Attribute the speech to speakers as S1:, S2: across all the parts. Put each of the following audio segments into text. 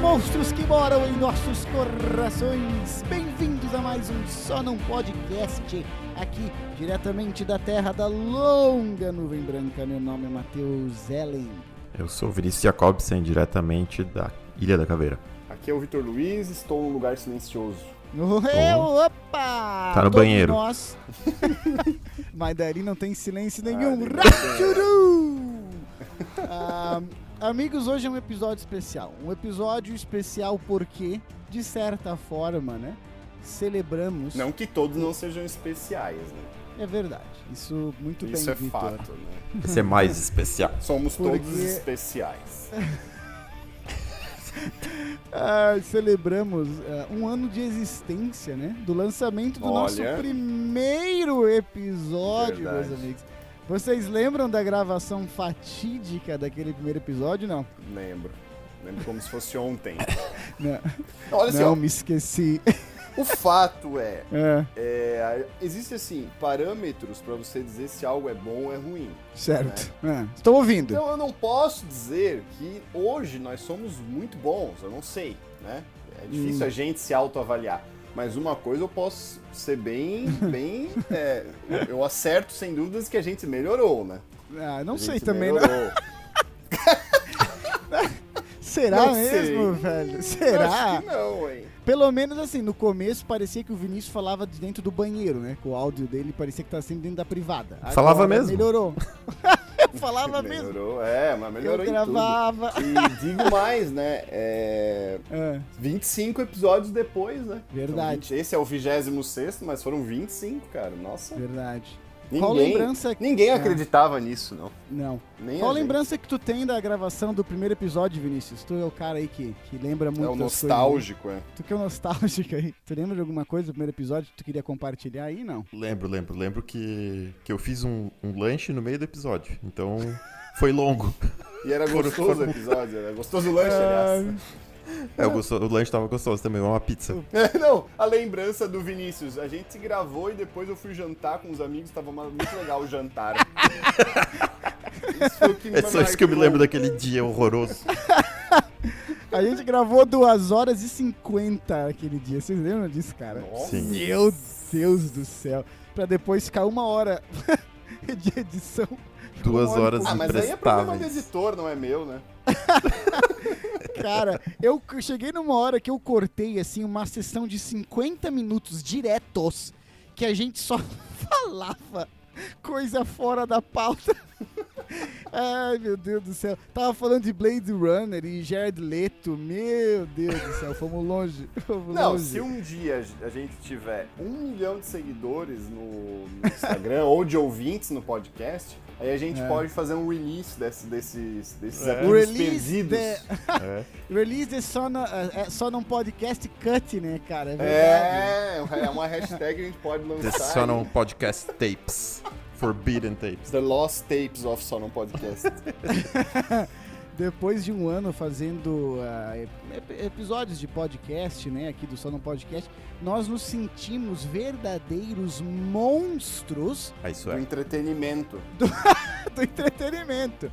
S1: monstros que moram em nossos corações. Bem-vindos a mais um Só Não Podcast, aqui diretamente da terra da longa nuvem branca. Meu nome é Matheus Ellen.
S2: Eu sou o Vinícius Jacobsen, diretamente da Ilha da Caveira.
S3: Aqui é o Vitor Luiz, estou num lugar silencioso.
S1: Ué, opa!
S2: Tá no
S1: Todos
S2: banheiro.
S1: Nós. Mas daí não tem silêncio nenhum.
S3: Ah, deve
S1: Rachuru! Ah, amigos, hoje é um episódio especial. Um episódio especial porque, de certa forma, né? Celebramos.
S3: Não que todos não sejam especiais, né?
S1: É verdade. Isso muito
S3: Isso
S1: bem,
S3: é
S1: Vitor. é-
S3: fato, né?
S2: Esse é mais especial.
S3: Somos
S1: Porque-
S3: todos especiais.
S1: Ah, celebramos ah, um ano de existência, né? Do lançamento do nosso
S3: Olha.
S1: primeiro episódio, meus
S3: Verdade.
S1: amigos. Vocês lembram da gravação fatídica daquele primeiro episódio? Não.
S3: Lembro. Lembro como se fosse ontem.
S1: Não,
S3: Olha assim,
S1: não,
S3: ó,
S1: me esqueci.
S3: o fato é,
S1: É,
S3: é existe assim, parâmetros pra você dizer se algo é bom ou é ruim.
S1: certo. É, Estou ouvindo.
S3: Então eu não posso dizer que hoje nós somos muito bons, eu não sei, né? É difícil a
S1: Hum.
S3: gente se autoavaliar. Mas uma coisa eu posso ser bem, bem. é, eu acerto sem dúvidas que a gente melhorou, né?
S1: Ah,
S3: A
S1: não sei
S3: gente
S1: também. né?
S3: melhorou.
S1: Será
S3: Não sei.
S1: mesmo, velho?
S3: Acho
S1: Será?
S3: que não, hein?
S1: Pelo menos assim, no começo parecia que o Vinícius falava de dentro do banheiro, né? Com o áudio dele parecia que tá sendo dentro da privada. Agora
S2: Falava mesmo?
S1: Melhorou. falava Ah, mesmo.
S3: melhorou, é, mas melhorou
S1: Eu
S3: em tudo.
S1: gravava.
S3: E digo mais, né? É,
S1: É,
S3: 25 episódios depois, né? Então,
S1: Verdade.
S3: 20 esse é o 26, mas foram 25, cara. Nossa.
S1: verdade. Qual
S3: Ninguém,
S1: lembrança É. que...
S3: ninguém acreditava nisso, não.
S1: Não.
S3: Nem
S1: Qual
S3: a é gente.
S1: lembrança que tu tem da gravação do primeiro episódio, Vinícius? Tu é o cara aí que, que lembra muito
S3: É o
S1: das coisas, né?
S3: nostálgico, é.
S1: Tu que é o nostálgico aí. Tu lembra de alguma coisa do primeiro episódio que tu queria compartilhar aí? Não.
S2: Lembro, lembro, lembro que, que eu fiz um, um lanche no meio do episódio. Então foi longo.
S3: E era
S2: Foram-
S3: gostoso o
S2: foram-
S3: episódio, era gostoso o lanche, aliás.
S2: É, o, gosto- o lanche tava gostoso também, uma pizza.
S3: É, Não, a lembrança do Vinícius. A gente gravou e depois eu fui jantar com os amigos, tava uma- muito legal o jantar. Isso foi o que me
S2: É só isso que eu me
S3: marcou.
S2: lembro daquele dia horroroso.
S1: A gente gravou 2 horas e 50 aquele dia. Vocês lembram disso, cara?
S3: Nossa.
S2: Sim.
S1: Meu Deus do céu. Pra depois ficar uma hora de edição.
S2: Duas
S1: Olha,
S2: horas
S3: Ah, mas aí é problema do
S2: imprestáveis.
S3: editor, não é meu, né?
S1: Cara, eu c- cheguei numa hora que eu cortei, assim, uma sessão de 50 minutos diretos que a gente só falava coisa fora da pauta. Ai, meu Deus do céu. Tava falando de Blade Runner e Jared Leto. Meu Deus do céu, fomos longe. Fomos
S3: Não,
S1: longe.
S3: se um dia a gente tiver um milhão de seguidores no, no Instagram ou de ouvintes no podcast, aí a gente
S1: É.
S3: pode fazer um release desse, desses, desses
S2: É.
S3: arquivos
S1: Release
S3: perdidos.
S1: the-
S2: É.
S1: Release the só, na, é, só num podcast cut, né, cara? É verdade.
S3: É, é uma hashtag que a gente pode lançar.
S2: The
S3: aí.
S2: Sonon Podcast Tapes. Forbidden Tapes.
S3: The Lost Tapes of Sonon Podcast.
S1: Depois de um ano fazendo ah, ep- ep- episódios de podcast, né, aqui do Só Não Podcast, nós nos sentimos verdadeiros monstros
S2: É isso
S3: do
S2: é.
S3: entretenimento.
S1: do entretenimento.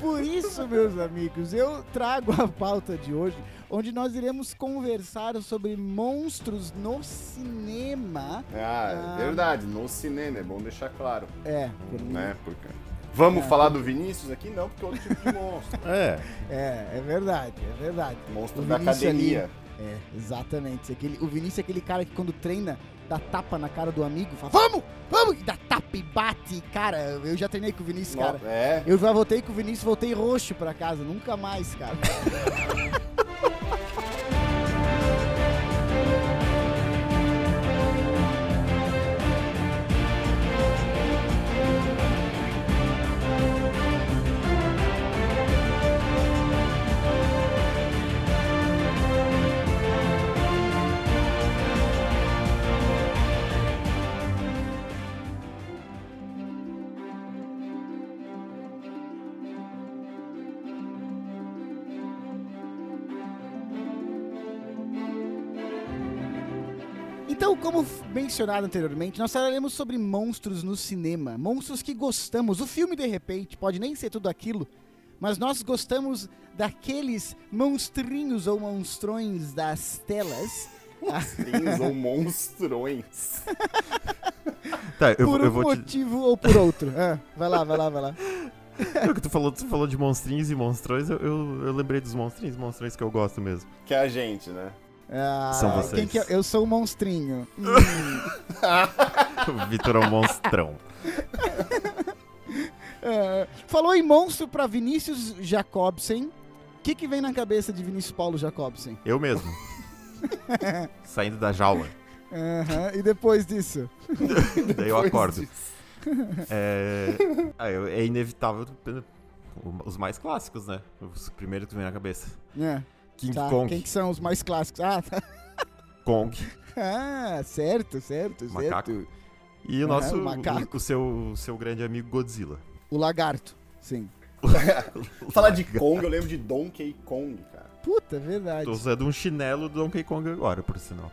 S1: Por isso, meus amigos, eu trago a pauta de hoje, onde nós iremos conversar sobre monstros no cinema.
S3: Ah,
S1: Ah.
S3: é verdade, no cinema, é bom deixar claro,
S1: É,
S3: né? Porque... Vamos
S1: É.
S3: falar do Vinícius aqui? Não, porque é outro tipo de monstro.
S2: É.
S1: é, é verdade, é verdade.
S3: Monstro
S1: O
S3: da
S1: Vinícius ali.
S3: academia.
S1: É, exatamente. Aquele, o Vinícius é aquele cara que quando treina, dá tapa na cara do amigo, fala, vamos, vamos, e dá tapa e bate. Cara, eu já treinei com o Vinícius,
S3: No-
S1: cara.
S3: É,
S1: Eu já voltei com o Vinícius, voltei roxo pra casa, nunca mais, cara. Então, como f- mencionado anteriormente, nós falaremos sobre monstros no cinema, monstros que gostamos. O filme, de repente, pode nem ser tudo aquilo, Mas nós gostamos daqueles monstrinhos ou monstrões das telas.
S3: Monstrins ou monstrões.
S2: Tá, eu,
S1: por
S2: eu
S1: um
S2: vou te.
S1: motivo ou por outro. Ah, vai lá, vai lá, vai lá.
S2: Não, que tu, falou, tu falou de monstrinhos e monstrões, eu, eu, eu lembrei dos monstrinhos e monstrões que eu gosto mesmo.
S3: Que é a gente, né?
S1: Ah,
S2: São vocês.
S1: Quem que é? Eu sou o monstrinho. Hum,
S2: O Vitor é um monstrão.
S1: ah, falou em monstro pra Vinícius Jacobsen. O que, que vem na cabeça de Vinícius Paulo Jacobsen?
S2: Eu mesmo. Saindo da jaula.
S1: Aham, E depois disso?
S2: Daí eu
S3: Pois
S2: acordo.
S3: disso.
S2: É, ah, eu- é inevitável o- os mais clássicos, né? Os primeiros que vem na cabeça.
S1: É,
S2: King
S1: tá.
S2: Kong,
S1: Quem que são os mais clássicos? Ah, tá.
S2: Kong
S1: Ah, certo, certo,
S2: Macaco.
S1: certo.
S2: e o
S1: Aham,
S2: nosso,
S1: É, o macaco.
S2: o, o seu, o seu grande amigo Godzilla.
S1: O lagarto, sim.
S3: Falar de Kong, eu lembro de Donkey Kong, cara.
S1: Puta, é verdade.
S2: Tô usando um chinelo do Donkey Kong agora, por sinal.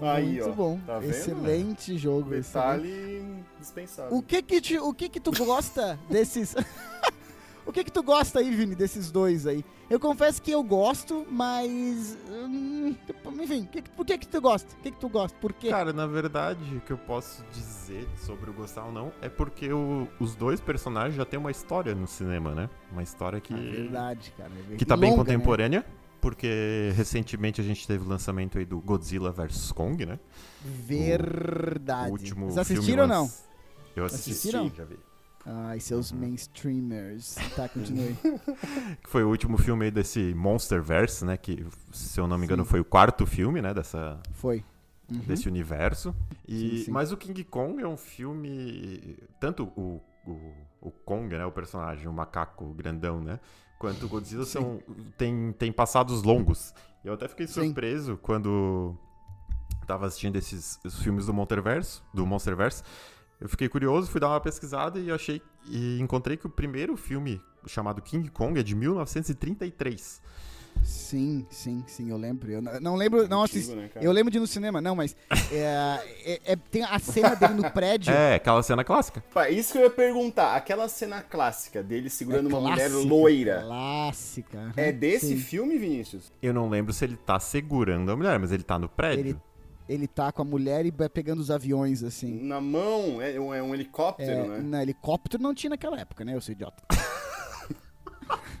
S3: Aí,
S1: Muito
S3: ó.
S1: bom.
S3: Tá vendo?
S1: Excelente jogo. excelente.
S3: Detalhe dispensável.
S1: O que que, te- o que que tu gosta desses... o que que tu gosta aí, Vini, desses dois aí? Eu confesso que eu gosto, mas... hum, enfim, que que- por que que tu gosta? O que que tu gosta? Por quê?
S2: Cara, na verdade, o que eu posso dizer sobre o gostar ou não é porque o- os dois personagens já têm uma história no cinema, né? Uma história que,
S1: É verdade, cara. é verdade.
S2: que tá bem
S1: Longa, né?
S2: contemporânea. Porque recentemente a gente teve o lançamento aí do Godzilla vs Kong, né?
S1: Verdade.
S2: O último
S1: Ah, Vocês
S2: filme
S1: assistiram ou não?
S2: lanç- Eu assisti,
S1: Assistiram?
S2: já vi.
S1: Ai, seus mainstreamers. Tá, continue.
S2: Que foi o último filme aí desse Monsterverse, né? Que, se eu não me engano,
S1: Sim.
S2: foi o quarto filme, né? Dessa,
S1: Foi. Uhum.
S2: desse universo. E,
S1: Sim, sim.
S2: Mas o King Kong é um filme. Tanto o, o, o Kong, né? O personagem, o macaco grandão, né? Quanto o Godzilla são, tem, tem passados longos. Eu até fiquei
S1: Sim.
S2: surpreso quando tava assistindo esses, esses filmes do Monsterverso, do Monsterverse. Eu fiquei curioso, fui dar uma pesquisada e eu achei e encontrei que o primeiro filme chamado King Kong é de 1933.
S1: Sim, sim, sim, eu lembro. Eu não, não lembro, não
S3: Antigo,
S1: assisti.
S3: né, cara?
S1: eu lembro de ir no cinema, não, mas é, é- é- tem a cena dele no prédio.
S2: É, aquela cena clássica.
S3: Pá, isso que eu ia perguntar. Aquela cena clássica dele segurando uma mulher
S1: É clássica,
S3: loira.
S1: Clássica. aham,
S3: É desse
S1: sim.
S3: filme, Vinícius?
S2: Eu não lembro se ele tá segurando a mulher, mas ele tá no prédio.
S1: Ele, ele tá com a mulher e vai pegando os aviões, assim.
S3: Na mão, é um, é um helicóptero,
S1: É,
S3: Hum, né?
S1: na helicóptero não tinha naquela época, né, eu sou idiota.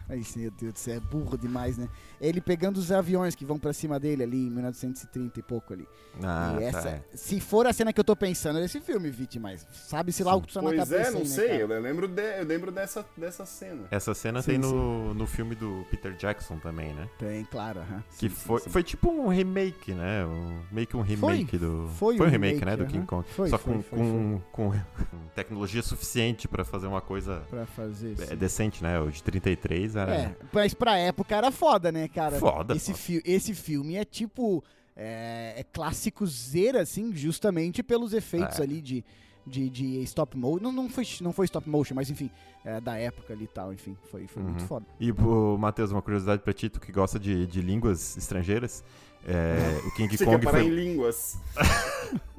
S1: Aí, sim, meu Deus do céu, é burro demais, né? Ele pegando os aviões que vão pra cima dele ali em 1930 e pouco ali.
S2: Ah,
S1: E
S2: tá,
S1: essa-
S2: é.
S1: se for a cena que eu tô pensando nesse filme, Vit, mas sabe-se lá o que tu tá na
S3: Pois
S1: cabeça.
S3: é, não
S1: aí, né,
S3: sei.
S1: cara?
S3: eu lembro, de- eu lembro dessa, dessa cena.
S2: Essa cena
S1: Sim,
S2: tem no, no filme do Peter Jackson também, né?
S1: Tem, claro. aham.
S2: Que
S1: Sim, sim,
S2: foi,
S1: sim.
S2: foi tipo um remake, né? Um- meio que um remake do.
S1: foi
S2: um
S1: um
S2: remake,
S1: remake,
S2: né? Do
S1: aham.
S2: King Kong.
S1: Foi,
S2: Só
S1: foi,
S2: com,
S1: foi,
S2: com, com- com tecnologia suficiente pra fazer uma coisa
S1: Pra fazer
S2: é,
S1: isso.
S2: decente, né? O de 33 era.
S1: É, mas pra época era foda, né, cara?
S2: Foda,
S1: Esse,
S2: foda.
S1: fi- esse filme é tipo. É, é clássico zera, assim, justamente pelos efeitos
S2: É.
S1: ali de, de, de stop motion. Não, não, foi, não foi stop motion, mas enfim, é, da época ali e tal, enfim. Foi, foi muito
S2: Uhum.
S1: foda.
S2: E, pô, Matheus, uma curiosidade pra ti, tu que gosta de, de línguas estrangeiras. é, o King
S3: Você quer
S2: Kong
S3: parar
S2: foi.
S3: em línguas.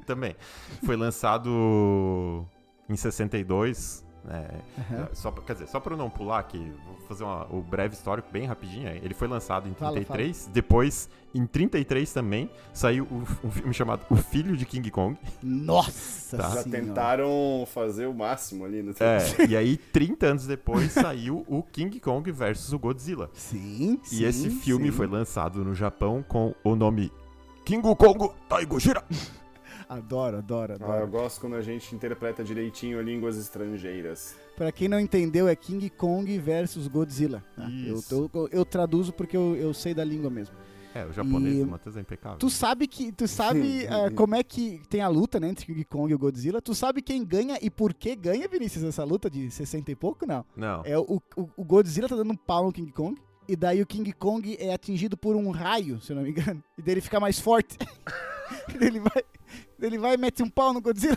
S2: Também. Foi lançado em 62. né?
S1: Aham.
S2: Só pra, quer dizer, só pra eu não pular aqui, vou fazer uma- o breve histórico bem rapidinho. aí. Ele foi lançado em
S1: Fala,
S2: 33, depois, em 33 também, saiu o- um filme chamado O Filho de King Kong.
S1: Nossa
S2: Tá.
S3: Já
S1: senhora.
S3: tentaram fazer o máximo ali no
S2: É, e aí, 30 anos depois, saiu o King Kong versus o Godzilla.
S1: Sim, sim.
S2: e esse filme
S1: sim.
S2: foi lançado no Japão com o nome King Kong Taigojira.
S1: Adoro, adoro,
S3: Ah,
S1: adoro.
S3: eu gosto quando a gente interpreta direitinho línguas estrangeiras.
S1: Pra quem não entendeu, é King Kong versus Godzilla. tá? Eu,
S2: Isso.
S1: eu- eu traduzo porque eu, eu sei da língua mesmo.
S2: É, o japonês
S1: E-
S2: do Matheus é impecável.
S1: Tu sabe que. Tu sabe ah, como é que tem a luta, né? Entre King Kong e o Godzilla. Tu sabe quem ganha e por que ganha, Vinícius, essa luta de 60 e pouco, não?
S2: Não.
S1: É o, o, o Godzilla tá dando um pau no King Kong. E daí o King Kong é atingido por um raio, se eu não me engano. E daí ele fica mais forte. E daí ele vai. daí Ele vai e mete um pau no Godzilla.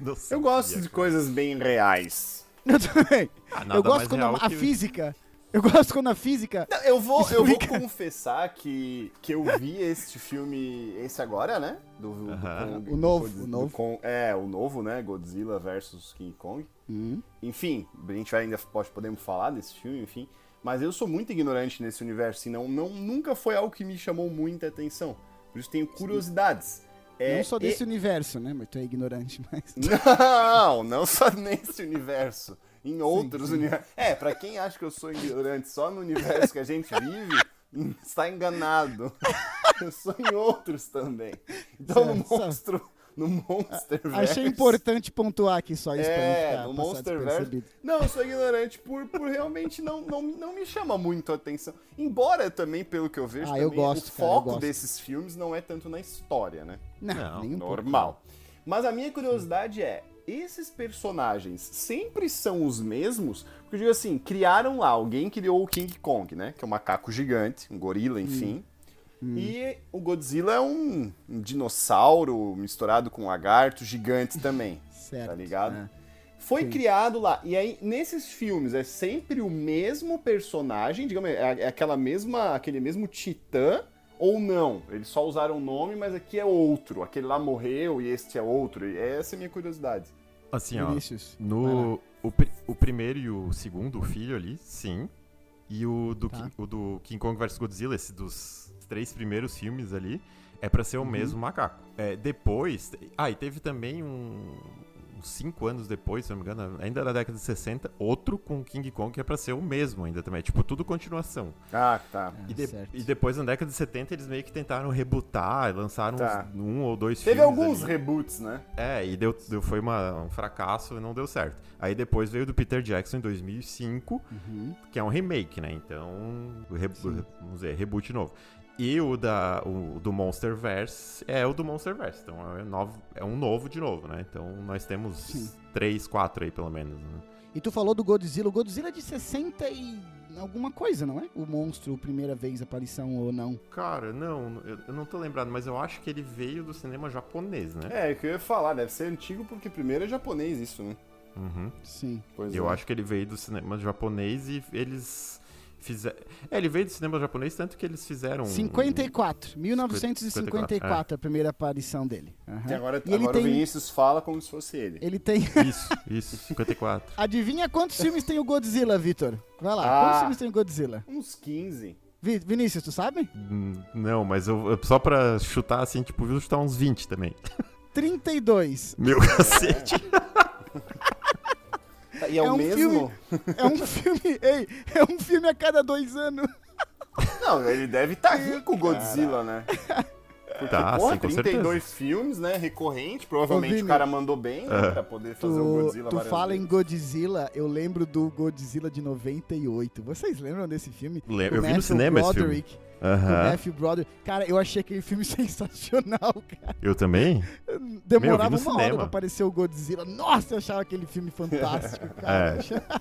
S2: não
S3: Eu
S2: sabia,
S3: gosto de
S2: cara.
S3: coisas bem reais.
S1: Eu também.
S2: Ah, nada
S1: Eu gosto
S2: mais
S1: quando
S2: real
S1: a, a
S2: que-
S1: física. Eu gosto quando a física.
S3: Não, Eu vou, eu vou
S1: Explica.
S3: confessar que, que eu vi este filme, esse agora, né? Do, do
S2: Aham.
S3: Kong-
S1: O novo,
S3: do
S1: o novo.
S3: Kong- é, o novo, né? Godzilla versus King Kong.
S1: Hum.
S3: Enfim, a gente vai ainda pode, podemos falar desse filme, enfim. Mas eu sou muito ignorante nesse universo, e não, não, nunca foi algo que me chamou muita atenção. Por isso tenho curiosidades. É,
S1: não só
S3: e-
S1: desse universo, né? Mas tu é ignorante, mas.
S3: Não, não só nesse universo. Em outros universos. É, pra quem acha que eu sou ignorante só no universo que a gente vive, está enganado. Eu sou em outros também. Então no
S1: Certo, certo.
S3: monstro. No Monsterverse.
S1: Achei importante pontuar aqui só isso
S3: É,
S1: pra não ficar
S3: no
S1: passar
S3: Monsterverse.
S1: despercebido.
S3: Não, eu sou ignorante por, por realmente não, não, não me chama muito a atenção. Embora também, pelo que eu vejo,
S1: Ah, eu
S3: também,
S1: gosto,
S3: o
S1: cara, eu
S3: foco
S1: gosto.
S3: desses filmes não é tanto na história, né?
S1: Não,
S2: Não,
S1: nem um pouco.
S3: Normal. Mas a minha curiosidade é, esses personagens sempre são os mesmos? Porque eu digo assim, criaram lá, alguém criou o King Kong, né? Que é um macaco gigante, um gorila, enfim. E o Godzilla é um, um dinossauro misturado com um lagarto gigante também.
S1: Certo.
S3: Tá ligado?
S1: é.
S3: Foi
S1: Sim.
S3: criado lá. E aí, nesses filmes, é sempre o mesmo personagem, digamos, é é aquela mesma, aquele mesmo titã, ou não? Eles só usaram o nome, mas aqui é outro. Aquele lá morreu e este é outro. E essa é a minha curiosidade.
S2: Assim, ó.
S1: Vinícius, vai lá.
S2: No o, pri- o primeiro e o segundo, o filho ali, sim. E o do,
S1: Tá.
S2: Ki- o do King Kong vs Godzilla, esse dos três primeiros filmes ali, é pra
S1: Uhum.
S2: ser o mesmo macaco. É, depois. Ah, e teve também um. uns Cinco anos depois, se eu não me engano, ainda na década de 60, outro com o King Kong que é pra ser o mesmo ainda também. Tipo, tudo continuação.
S3: Ah, tá.
S1: Ah,
S2: E, de-
S1: certo.
S2: e depois, na década de 70, eles meio que tentaram rebutar, lançaram uns-
S3: Tá.
S2: um ou dois
S3: Teve
S2: filmes.
S3: alguns
S2: ali.
S3: reboots, né?
S2: É, e deu, deu- foi uma- um fracasso e não deu certo. Aí depois veio do Peter Jackson em 2005,
S1: Uhum.
S2: que é um remake, né? Então, o re- o- vamos dizer, reboot novo. E o, da, o do Monsterverse é o do Monsterverse. Então é, novo, é um novo de novo, né? Então nós temos
S1: Sim.
S2: três, quatro aí pelo menos. Né?
S1: E tu falou do Godzilla. O Godzilla é de 60 e alguma coisa, não é? O monstro, primeira vez, aparição ou não.
S2: Cara, não, eu, eu não tô lembrado, mas eu acho que ele veio do cinema japonês, né?
S3: É, é o que eu ia falar, deve ser antigo porque primeiro é japonês isso, né?
S2: Uhum.
S1: Sim.
S3: Pois
S2: Eu
S3: é.
S2: acho que ele veio do cinema japonês e eles fizeram. É, ele veio do cinema japonês, tanto que eles
S3: Hum.
S2: fizeram. um-
S1: 54, 1954, a primeira aparição dele. Aham.
S3: E agora,
S1: e ele
S3: agora o
S1: tem,
S3: Vinícius fala como se fosse ele.
S1: ele tem.
S2: Isso, isso, 54.
S1: Adivinha quantos filmes tem o Godzilla, Vitor? Vai lá,
S3: Ah.
S1: quantos filmes tem o Godzilla?
S3: Uns 15.
S1: Vi- Vinícius, tu sabe?
S2: Hum, Não, mas eu, eu- só pra chutar assim, tipo, viu chutar uns 20 também.
S1: 32.
S2: Meu cacete.
S3: Tá, E é,
S1: É
S3: o
S1: um
S3: mesmo.
S1: filme- É um filme. Ei, é um filme a cada dois anos.
S3: Não, ele deve estar rico o Godzilla, né? Porque,
S2: Tá,
S3: Tipo, porra,
S2: sim, com
S3: 32 filmes, né? Recorrente. Provavelmente
S1: Ô, Vini,
S3: o cara mandou bem,
S2: É.
S3: né? Pra poder fazer o
S1: Tu,
S3: Godzilla
S1: tu
S3: várias
S1: fala
S3: vezes.
S1: em Godzilla, eu lembro do Godzilla de 98. Vocês lembram desse filme?
S2: Lembro.
S1: Com
S2: Eu vi no
S1: Matthew
S2: cinema esse filme.
S1: Broderick, Né? com
S2: Aham.
S1: Matthew Broderick. Cara, eu achei aquele filme sensacional, cara.
S2: Eu também?
S1: Demorava
S2: no
S1: uma hora
S2: cinema.
S1: pra aparecer o Godzilla. Nossa, eu achava aquele filme fantástico,
S2: É,
S1: cara.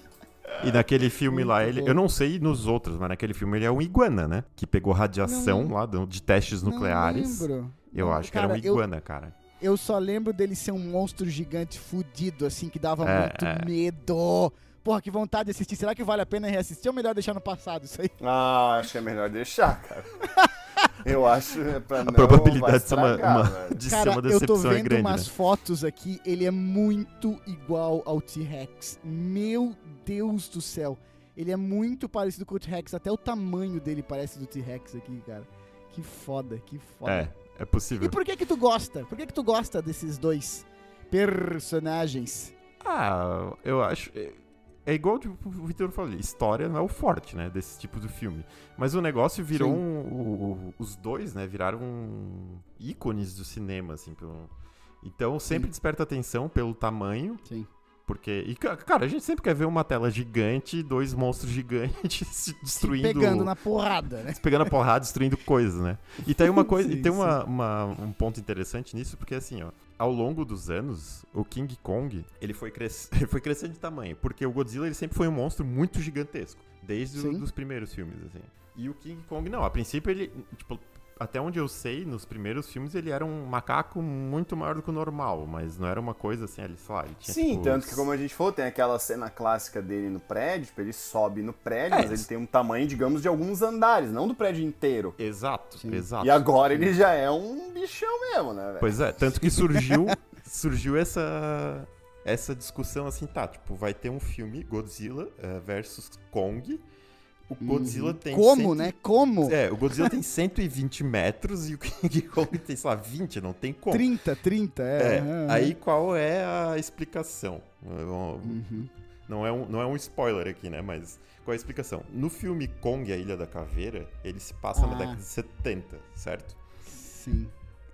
S2: E naquele filme lá,
S1: Muito
S2: ele.
S1: bom.
S2: Eu não sei nos outros, mas naquele filme ele é um iguana, né? Que pegou radiação lá do- de testes nucleares.
S1: Não lembro.
S2: Eu
S1: Não,
S2: acho que
S1: cara,
S2: era um
S1: eu-
S2: iguana, cara.
S1: Eu só lembro dele ser um monstro gigante fudido, assim, que dava
S2: É,
S1: muito
S2: é.
S1: medo. Porra, que vontade de assistir. Será que vale a pena reassistir ou melhor deixar no passado isso aí?
S3: Ah, acho que é melhor deixar, cara. Eu acho é pra
S2: A
S3: não vai
S2: probabilidade de ser uma,
S3: estragar,
S2: uma-
S3: velho.
S2: de ser
S1: Cara,
S2: uma
S1: eu tô
S2: decepção é
S1: vendo
S2: grande. né?
S1: umas fotos aqui, ele é muito igual ao T-Rex. Meu Deus do céu. Ele é muito parecido com o T-Rex, até o tamanho dele parece do T-Rex aqui, cara. Que foda, que foda.
S2: É, é possível.
S1: E por que que tu gosta? Por que que tu gosta desses dois personagens?
S2: Ah, eu acho. é- É igual tipo, o Vitor falou, história não é o forte, né? Desse tipo de filme. Mas o negócio virou
S1: Sim.
S2: um. o- o- os dois, né? Viraram ícones do cinema, assim. pelo- Então sempre
S1: Sim.
S2: desperta atenção pelo tamanho.
S1: Sim.
S2: Porque. E, ca- cara, a gente sempre quer ver uma tela gigante, dois monstros gigantes se destruindo.
S1: Pegando na porrada, né?
S2: pegando a porrada, destruindo coisas, né? E tem uma coisa, e
S1: Sim,
S2: tem uma, uma- um ponto interessante nisso, porque assim, ó, ao longo dos anos, o King Kong, ele foi, cres... ele foi crescendo de tamanho, porque o Godzilla ele sempre foi um monstro muito gigantesco, desde
S1: Sim.
S2: os primeiros filmes, assim. E o King Kong não, a princípio ele, tipo, até onde eu sei, nos primeiros filmes ele era um macaco muito maior do que o normal, mas não era uma coisa assim, ele, sei lá, ele tinha
S3: Sim,
S2: tipo,
S3: tanto que como a gente falou, tem aquela cena clássica dele no prédio, tipo, ele sobe no prédio,
S2: É,
S3: mas ele
S2: isso.
S3: tem um tamanho, digamos, de alguns andares, não do prédio inteiro.
S2: Exato,
S1: Sim.
S2: exato.
S3: E agora ele já é um bichão mesmo, né, velho?
S2: Pois é, tanto que surgiu, surgiu essa, essa discussão assim, tá, tipo, vai ter um filme Godzilla eh, versus Kong. O O Godzilla tem.
S1: Como,
S2: 100
S1: né? Como?
S2: É, o Godzilla tem 120 metros e o King Kong tem, sei lá, 20, não tem como.
S1: 30, 30, é.
S2: É,
S1: aham.
S2: aí qual é a explicação? Eu-
S1: Uhum.
S2: Não é, um, não é um spoiler aqui, né? Mas qual é a explicação? No filme Kong, a Ilha da Caveira, ele se passa na
S1: Ah.
S2: década de 70, certo?
S1: Sim.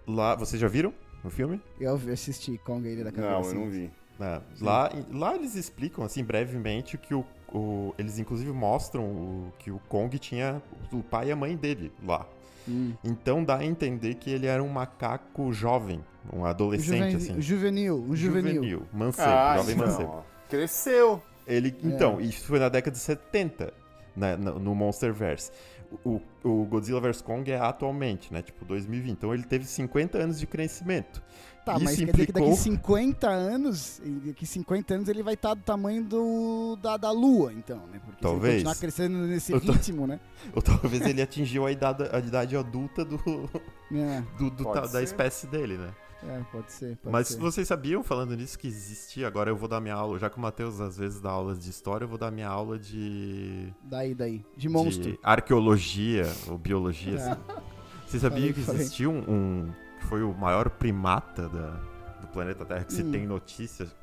S2: Lá, vocês já viram o filme?
S1: Eu assisti Kong a Ilha
S2: é,
S1: da Caveira.
S3: Não, eu
S1: assim.
S3: não vi.
S2: Ah, lá, lá eles explicam, assim, brevemente, que o, o- eles inclusive mostram o- que o Kong tinha o pai e a mãe dele lá.
S1: Hum.
S2: Então dá a entender que ele era um macaco jovem, um adolescente,
S1: Juven-
S2: assim.
S1: Juvenil, um juvenil.
S2: mancebo, jovem
S3: então,
S2: mancebo.
S3: ó. Cresceu.
S2: Ele,
S1: É.
S2: Então, isso foi na década de 70, né, no no Monsterverse. O, o Godzilla vs. Kong é atualmente, né? Tipo, 2020. Então ele teve 50 anos de crescimento.
S1: Tá,
S2: isso
S1: mas quer dizer que
S2: implicou...
S1: daqui 50 anos, e daqui 50 anos ele vai estar do tamanho do, da, da lua, então, né? Porque se ele
S2: Talvez.
S1: continuar crescendo nesse
S2: Eu tô-
S1: ritmo, né?
S2: Ou talvez ele atingiu a idade, a idade adulta do,
S1: É,
S2: do- do
S3: Pode
S2: ta-
S3: ser.
S2: da espécie dele, né?
S1: é, pode ser, pode
S2: Mas
S1: ser.
S2: vocês sabiam, falando nisso, que existia... Agora eu vou dar minha aula... Já que o Matheus às vezes dá aulas de história, eu vou dar minha aula de...
S1: Daí, daí. De monstro.
S2: de arqueologia ou biologia,
S1: É.
S2: assim. Você sabia
S1: Falei,
S2: que
S1: falei.
S2: existiu um, um- que foi o maior primata da- do planeta Terra que se
S1: Hum.
S2: tem notícias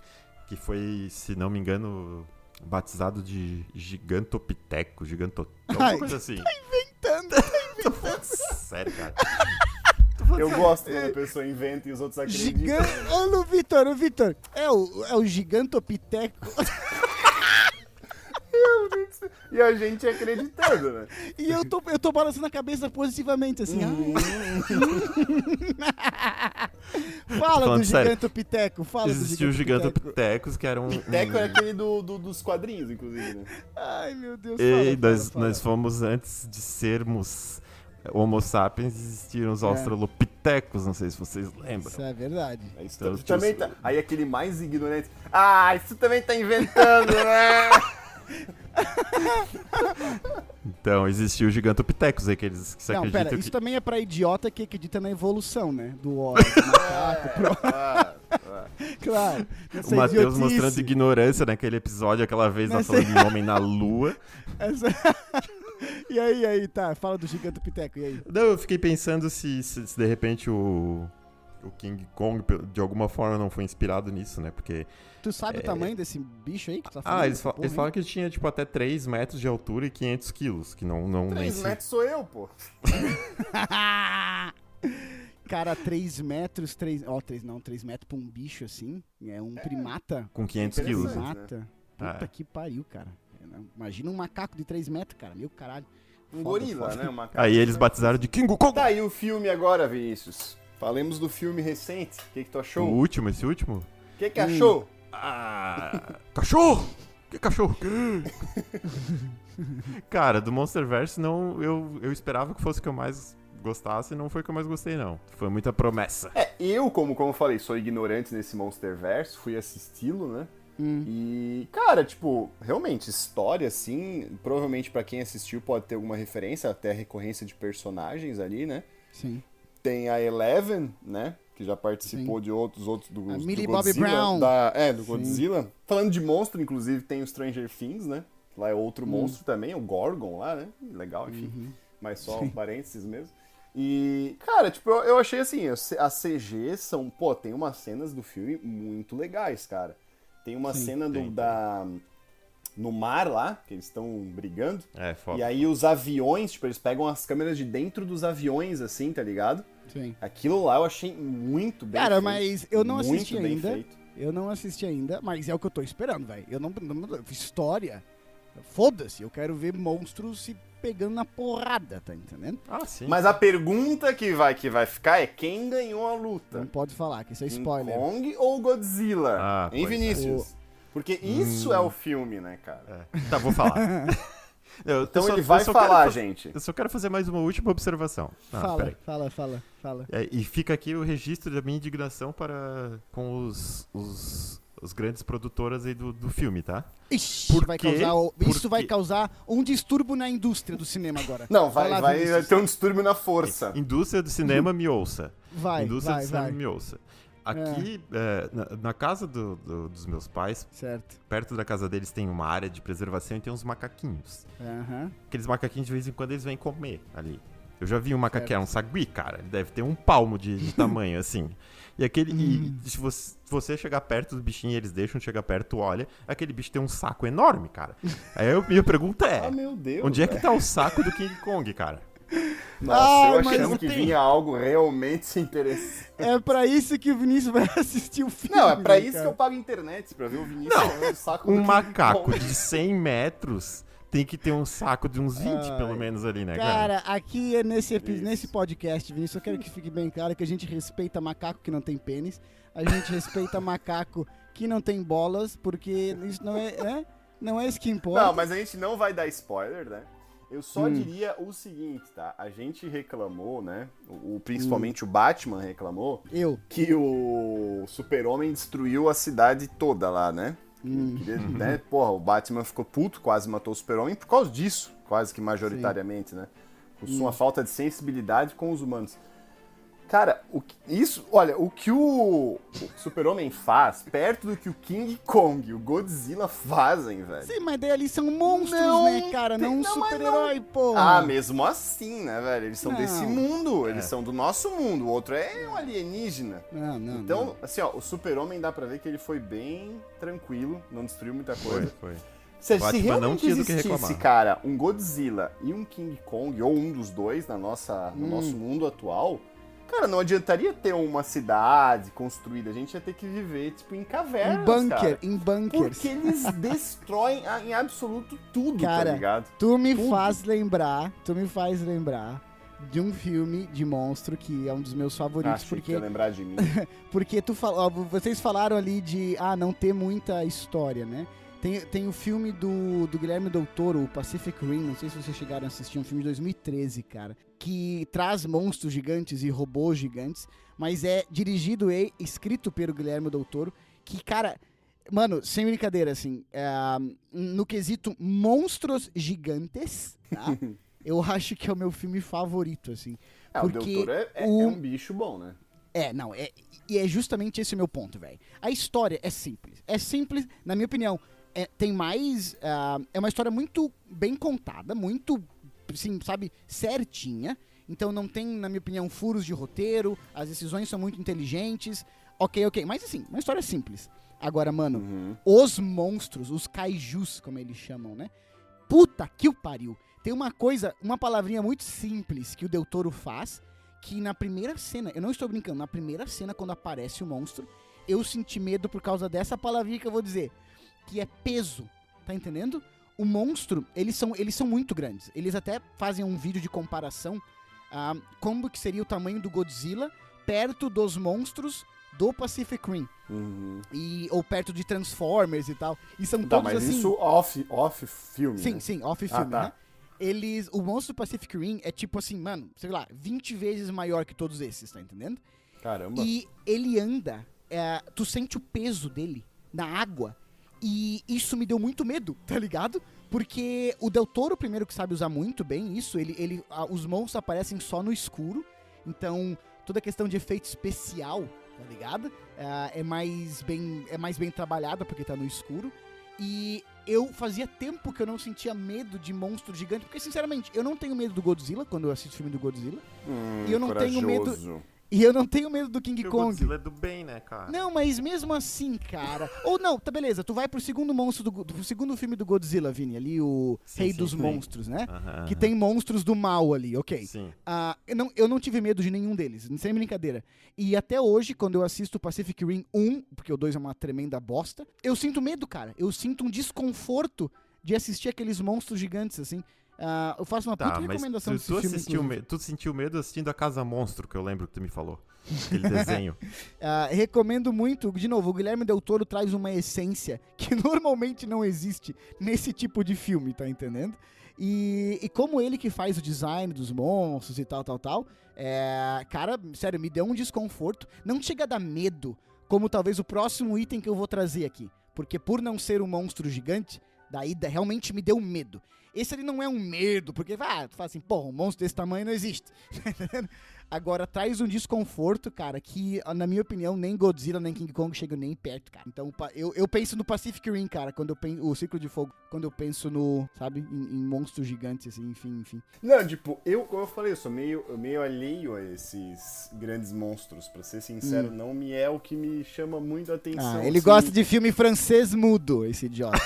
S2: que foi, se não me engano, batizado de gigantopiteco, giganto,
S1: Ai,
S2: alguma coisa assim. Tá
S1: inventando,
S2: Tô falando sério, cara.
S3: Eu gosto
S1: É.
S3: quando a pessoa inventa e os outros acreditam.
S1: Gigante. Olha o Vitor, o Vitor. É o, é o gigantopiteco.
S3: E a gente acreditando, né?
S1: E eu tô, eu tô balançando a cabeça positivamente, assim.
S2: Uhum.
S3: Hum,
S1: ai. fala
S2: falando
S1: do
S2: sério.
S1: gigantopiteco, fala
S2: Existiu
S1: do
S2: o
S1: gigantopiteco.
S2: gigantopitecos que eram um-
S3: Teco é aquele do, do- dos quadrinhos, inclusive, né?
S1: Ai, meu Deus.
S2: E
S1: fala,
S2: nós,
S1: fala, fala.
S2: nós fomos antes de sermos Homo sapiens, existiram os
S1: É.
S2: australopitecos, não sei se vocês lembram.
S1: Isso é verdade.
S3: Aí, isso
S2: Então,
S3: tam-
S2: tipo,
S3: também
S2: isso-
S3: tá... Aí aquele mais ignorante. Ah, isso também tá inventando, né?
S2: Então, existiu o Gigantopithecus, aqueles que se
S1: não,
S2: acreditam
S1: pera,
S2: que...
S1: isso também é pra idiota que acredita na evolução, né? Do óleo, do macaco,
S3: Ah, ah.
S1: claro. Essa
S2: O
S1: é
S2: Matheus
S1: idiotice,
S2: mostrando ignorância naquele episódio, aquela vez nós
S1: Nessa-
S2: falando de um homem na lua.
S1: essa- E aí, e aí, tá, fala do gigantopiteco, e aí?
S2: Não, eu fiquei pensando se, se- se de repente o, o King Kong, pe- de alguma forma, não foi inspirado nisso, né? Porque.
S1: Tu sabe o
S2: É.
S1: tamanho desse bicho aí que tu tá falando?
S2: Ah, eles,
S1: dessa
S2: fa-
S1: porra,
S2: eles
S1: hein?
S2: falam que ele tinha, tipo, até 3 metros de altura e 500 quilos, que não, não nem
S3: Três
S2: se-
S3: metros sou eu, pô.
S1: Cara, 3 metros, 3. Ó, 3 não, 3 metros pra um bicho assim. É um primata.
S2: com 500 quilos. né?
S3: Interessante,
S1: Primata.
S2: né?
S1: Puta
S2: É.
S1: que pariu, cara. Imagina um macaco de 3 metros, cara. Meu caralho.
S3: Um
S1: Foda,
S3: gorila,
S1: foda.
S3: né? Uma
S2: Aí eles batizaram de King Kong!
S3: Tá aí o filme agora, Vinícius. Falemos do filme recente. O que, que tu
S2: O
S3: achou? O
S2: último, esse último?
S3: que, que achou?
S2: Ah, cachorro! Que cachorro? Cara, do Monsterverse não, eu, eu esperava que fosse o que eu mais gostasse, não foi o que eu mais gostei não. Foi muita promessa.
S3: É, eu, como, como eu falei, sou ignorante nesse Monsterverso, fui assisti-lo, né?
S1: Hum.
S3: E, cara, tipo, realmente, história, assim, provavelmente pra quem assistiu pode ter alguma referência, até recorrência de personagens ali, né?
S1: Sim.
S3: Tem a Eleven, né? Que já participou de outros, outros do,
S1: A
S3: do
S1: Millie Bobby
S3: Godzilla,
S1: Brown.
S3: da- é, do
S1: Sim.
S3: Godzilla. Falando de monstro, inclusive, tem o Stranger Things, né? Lá é outro
S1: Hum.
S3: monstro também, o Gorgon lá, né? Legal, enfim.
S1: Uhum.
S3: Mas só um parênteses mesmo. E, cara, tipo, eu, eu achei assim, eu se- as CG são, pô, tem umas cenas do filme muito legais, cara. Tem uma
S1: Sim,
S3: cena do,
S2: tem.
S3: da... No mar lá, que eles estão brigando.
S2: É,
S3: E
S2: foda.
S3: aí os aviões, tipo, eles pegam as câmeras de dentro dos aviões, assim, tá ligado?
S1: Sim.
S3: Aquilo lá eu achei muito bem
S1: Cara,
S3: feito.
S1: mas eu não
S3: Muito
S1: assisti
S3: bem
S1: ainda.
S3: feito.
S1: Eu não assisti ainda, mas é o que eu tô esperando, velho. Eu não, não- História. Foda-se, eu quero ver monstros se pegando na porrada, tá entendendo?
S2: Ah, sim.
S3: Mas a pergunta que vai, que vai ficar é quem ganhou a
S1: Não
S3: luta?
S1: pode falar, que isso é
S3: King
S1: spoiler.
S3: Kong ou Godzilla?
S2: Ah, pois
S3: hein,
S2: é. Hum.
S3: Vinícius? Porque isso é o filme, né, cara?
S2: É. Tá, vou falar. Eu- eu
S3: Então
S2: só-
S3: ele
S2: eu
S3: vai
S2: só
S3: falar,
S2: quero fa-
S3: gente.
S2: Eu só quero fazer mais uma última observação. Ah,
S1: fala,
S2: peraí.
S1: fala, fala, fala.
S2: É, e fica aqui o registro da minha indignação para com os, os, os grandes produtoras aí do, do filme, tá?
S1: Ixi,
S2: Por
S1: vai
S2: quê?
S1: causar, o-
S2: Por
S1: isso vai
S2: quê?
S1: causar um distúrbio na indústria do cinema agora.
S3: Não, vai,
S1: lá,
S3: vai, vai
S1: Vinícius.
S3: ter um distúrbio na força.
S2: Indústria do cinema me ouça.
S1: Vai,
S2: Indústria
S1: vai,
S2: do cinema
S1: vai.
S2: me ouça. Aqui, é, na, na casa do- do- dos meus pais,
S1: Certo.
S2: perto da casa deles tem uma área de preservação e tem uns macaquinhos.
S1: Aham.
S2: Aqueles macaquinhos de vez em quando eles vêm comer ali. Eu já vi um macaco que era um sagui, cara. Ele deve ter um palmo de, de tamanho, assim. E aquele. e se você, se você chegar perto do bichinho e eles deixam chegar perto, olha, aquele bicho tem um saco enorme, cara. Aí eu, minha pergunta é:
S3: Ah, meu Deus.
S2: onde é que
S3: velho.
S2: tá o saco do King Kong, cara?
S3: Nossa,
S1: Ah,
S3: eu
S1: mas
S3: achando
S2: não
S3: que
S2: tem.
S3: vinha algo realmente interessante.
S1: É pra isso que o Vinícius vai assistir o filme.
S3: Não, é pra
S1: né,
S3: isso que
S1: cara?
S3: eu pago internet, pra ver o Vinícius falando do saco do
S2: Um
S3: King
S2: macaco
S3: Kong.
S2: de 100 metros tem que ter um saco de uns 20, pelo menos, ali, né,
S1: Cara,
S2: cara?
S1: aqui é nesse, epi-
S3: Isso.
S1: nesse podcast, Vinícius, eu quero que fique bem claro que a gente respeita macaco que não tem pênis, a gente respeita macaco que não tem bolas, porque isso não é, né? não é isso que importa.
S3: Não, mas a gente não vai dar spoiler, né? Eu só diria o seguinte, tá? A gente reclamou, né? O, o- principalmente o Batman reclamou
S1: Eu.
S3: que o Super-Homem destruiu a cidade toda lá, né? Queria, né? Porra, o Batman ficou puto, quase matou o Super-Homem por causa disso, quase que majoritariamente, né? Com sua falta de sensibilidade com os humanos. Cara, o que- isso, olha, o que o o Super-Homem faz, perto do que o King Kong e o Godzilla fazem, velho.
S1: Sim, mas daí ali são monstros,
S3: Não
S1: né, cara?
S3: tem-
S1: Não um
S3: não, mas
S1: super-herói, pô.
S3: Ah, mesmo assim, né, velho? Eles são
S1: Não.
S3: desse mundo, eles são do nosso mundo. O outro é um alienígena.
S1: Não, não,
S3: Então,
S1: não.
S3: assim, ó, o Super-Homem dá pra ver que ele foi bem tranquilo, não destruiu muita
S2: Foi,
S3: coisa.
S2: foi.
S3: Se, se
S2: Batman
S3: realmente
S2: não tinha do que
S3: existisse,
S2: reclamar.
S3: cara, um Godzilla e um King Kong, ou um dos dois na nossa, no
S1: Hum.
S3: nosso mundo atual, cara, não adiantaria ter uma cidade construída. A gente ia ter que viver, tipo, em cavernas,
S1: Em bunker,
S3: cara.
S1: em bunkers.
S3: Porque eles destroem a- em absoluto tudo,
S1: Cara,
S3: tá ligado?
S1: Tu me
S3: Tudo.
S1: faz lembrar, tu me faz lembrar de um filme de monstro que é um dos meus favoritos,
S3: Ah, Achei que
S1: porque
S3: ia lembrar de mim.
S1: Porque tu fala, ó, vocês falaram ali de ah, não ter muita história, né? Tem, tem o filme do, do Guilherme Del Toro, o Pacific Rim, não sei se vocês chegaram a assistir, um filme de 2013, cara, que traz monstros gigantes e robôs gigantes, mas é dirigido e escrito pelo Guilherme Del Toro, que, cara, mano, sem brincadeira, assim, é, no quesito monstros gigantes, tá? Eu acho que é o meu filme favorito, assim.
S3: É, o
S1: porque
S3: Del Toro é, é- é
S1: o-
S3: um bicho bom, né?
S1: é, não, é, e é justamente esse o meu ponto, velho. A história é simples. É simples, na minha opinião. É, tem mais. ah, é uma história muito bem contada, muito, assim, sabe, certinha. Então não tem, na minha opinião, furos de roteiro, as decisões são muito inteligentes. Ok, ok. Mas assim, uma história simples. Agora, mano, os monstros, os kaijus, como eles chamam, né? Puta que o pariu. Tem uma coisa, uma palavrinha muito simples que o Del Toro faz, que na primeira cena, eu não estou brincando, na primeira cena quando aparece o monstro, eu senti medo por causa dessa palavrinha que eu vou dizer, que é peso. Tá entendendo? O monstro, eles são, eles são muito grandes. Eles até fazem um vídeo de comparação ah, como que seria o tamanho do Godzilla perto dos monstros do Pacific Rim
S3: Uhum.
S1: e ou perto de Transformers e tal. E são
S3: Tá,
S1: todos
S3: mas
S1: assim.
S3: isso off, off filme,
S1: Sim,
S3: né?
S1: sim, off filme,
S3: Ah, tá.
S1: né? Eles, o monstro do Pacific Rim é tipo assim, mano, sei lá, 20 vezes maior que todos esses, tá entendendo?
S3: Caramba.
S1: E ele anda, é, tu sente o peso dele na água. E isso me deu muito medo, tá ligado? Porque o Del Toro, primeiro que sabe usar muito bem isso, ele, ele a- os monstros aparecem só no escuro. Então, toda a questão de efeito especial, tá ligado? Ah, é, mais bem, é mais bem trabalhada porque tá no escuro. E eu fazia tempo que eu não sentia medo de monstro gigante, porque sinceramente, eu não tenho medo do Godzilla quando eu assisto filme do Godzilla.
S3: Hum,
S1: e eu não tenho medo-
S3: corajoso.
S1: E eu não tenho medo do King
S2: Porque o
S1: Kong.
S2: Godzilla é do bem, né, cara?
S1: Não, mas mesmo assim, cara. Ou não, tá beleza, tu vai pro segundo monstro do, Go- do segundo filme do Godzilla, Vini, ali o
S2: Sim,
S1: Rei
S2: sim,
S1: dos
S2: sim.
S1: Monstros, né?
S2: Aham,
S1: Que tem monstros do mal ali, ok.
S2: Sim.
S1: Ah, eu, não, eu não tive medo de nenhum deles, sem brincadeira. E até hoje, quando eu assisto Pacific Rim 1, porque o 2 é uma tremenda bosta, eu sinto medo, cara. Eu sinto um desconforto de assistir aqueles monstros gigantes, assim. Ah, eu faço uma
S2: Tá,
S1: puta
S2: mas
S1: recomendação
S2: tu,
S1: desse
S2: tu,
S1: filme.
S2: assistiu
S1: inclusive.
S2: me- tu sentiu medo assistindo a Casa Monstro, que eu lembro que tu me falou. Aquele desenho.
S1: Ah, recomendo muito. De novo, o Guilherme Del Toro traz uma essência que normalmente não existe nesse tipo de filme, tá entendendo? E, e como ele que faz o design dos monstros e tal, tal, tal, é, cara, sério, me deu um desconforto. Não chega a dar medo, como talvez o próximo item que eu vou trazer aqui. Porque por não ser um monstro gigante, daí da- realmente me deu medo. Esse ali não é um medo, porque ah, tu fala assim, pô, um monstro desse tamanho não existe. Agora, traz um desconforto, cara, que, ah, na minha opinião, nem Godzilla nem King Kong chegam nem perto, cara. Então, pa- eu, eu penso no Pacific Rim, cara, quando eu penso. O Ciclo de Fogo, quando eu penso no. Sabe? Em, em monstros gigantes, assim, enfim, enfim.
S3: Não, tipo, eu, como eu falei, eu sou meio, eu meio alheio a esses grandes monstros. Pra ser sincero, não me é o que me chama muito a atenção.
S1: Ah, ele
S3: assim.
S1: gosta de filme francês mudo, esse idiota.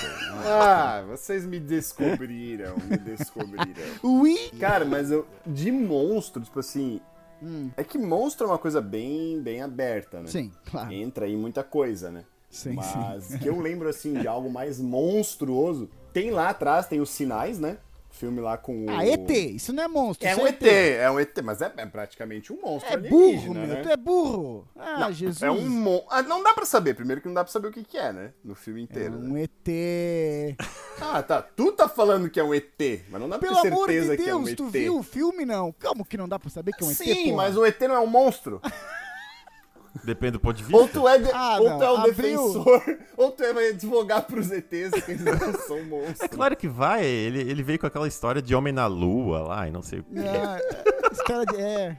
S3: Ah, vocês me descobriram, me descobriram.
S1: Ui!
S3: Cara, mas eu. De monstro, tipo assim.
S1: Hum.
S3: É que monstro é uma coisa bem, bem aberta, né?
S1: Sim, claro.
S3: Entra aí muita coisa, né?
S1: Sim, sim.
S3: Mas que eu lembro assim de algo mais monstruoso. Tem lá atrás, tem os sinais, né? O filme lá com o.
S1: Ah, ET, isso não é monstro.
S3: É
S1: isso
S3: um ET, é um ET, mas é, é praticamente um monstro.
S1: É burro,
S3: alienígena,
S1: meu.
S3: né?
S1: Tu é burro. Ah, Jesus.
S3: É um mon... ah, não dá pra saber, primeiro que não dá pra saber o que, que é, né? No filme
S1: É
S3: inteiro. né?
S1: um ET.
S3: Ah, tá. Tu tá falando que é um ET, mas não dá pra
S1: Pelo
S3: ter
S1: amor
S3: certeza
S1: de
S3: que é um
S1: Deus,
S3: ET.
S1: tu viu o filme, não? Como que não dá pra saber que é um ET,
S3: Sim,
S1: porra?
S3: mas o ET não é um monstro.
S2: Depende do ponto de
S3: Ou
S2: vista.
S3: tu é, de-
S1: Ah,
S3: ou
S1: não.
S3: tu é o
S1: Abriu.
S3: defensor, ou tu é- vai advogar pros ETs que eles não são
S2: É
S3: monstros.
S2: claro que vai. Ele, ele veio com aquela história de homem na lua lá e não sei o que.
S1: Ah, espera de... É.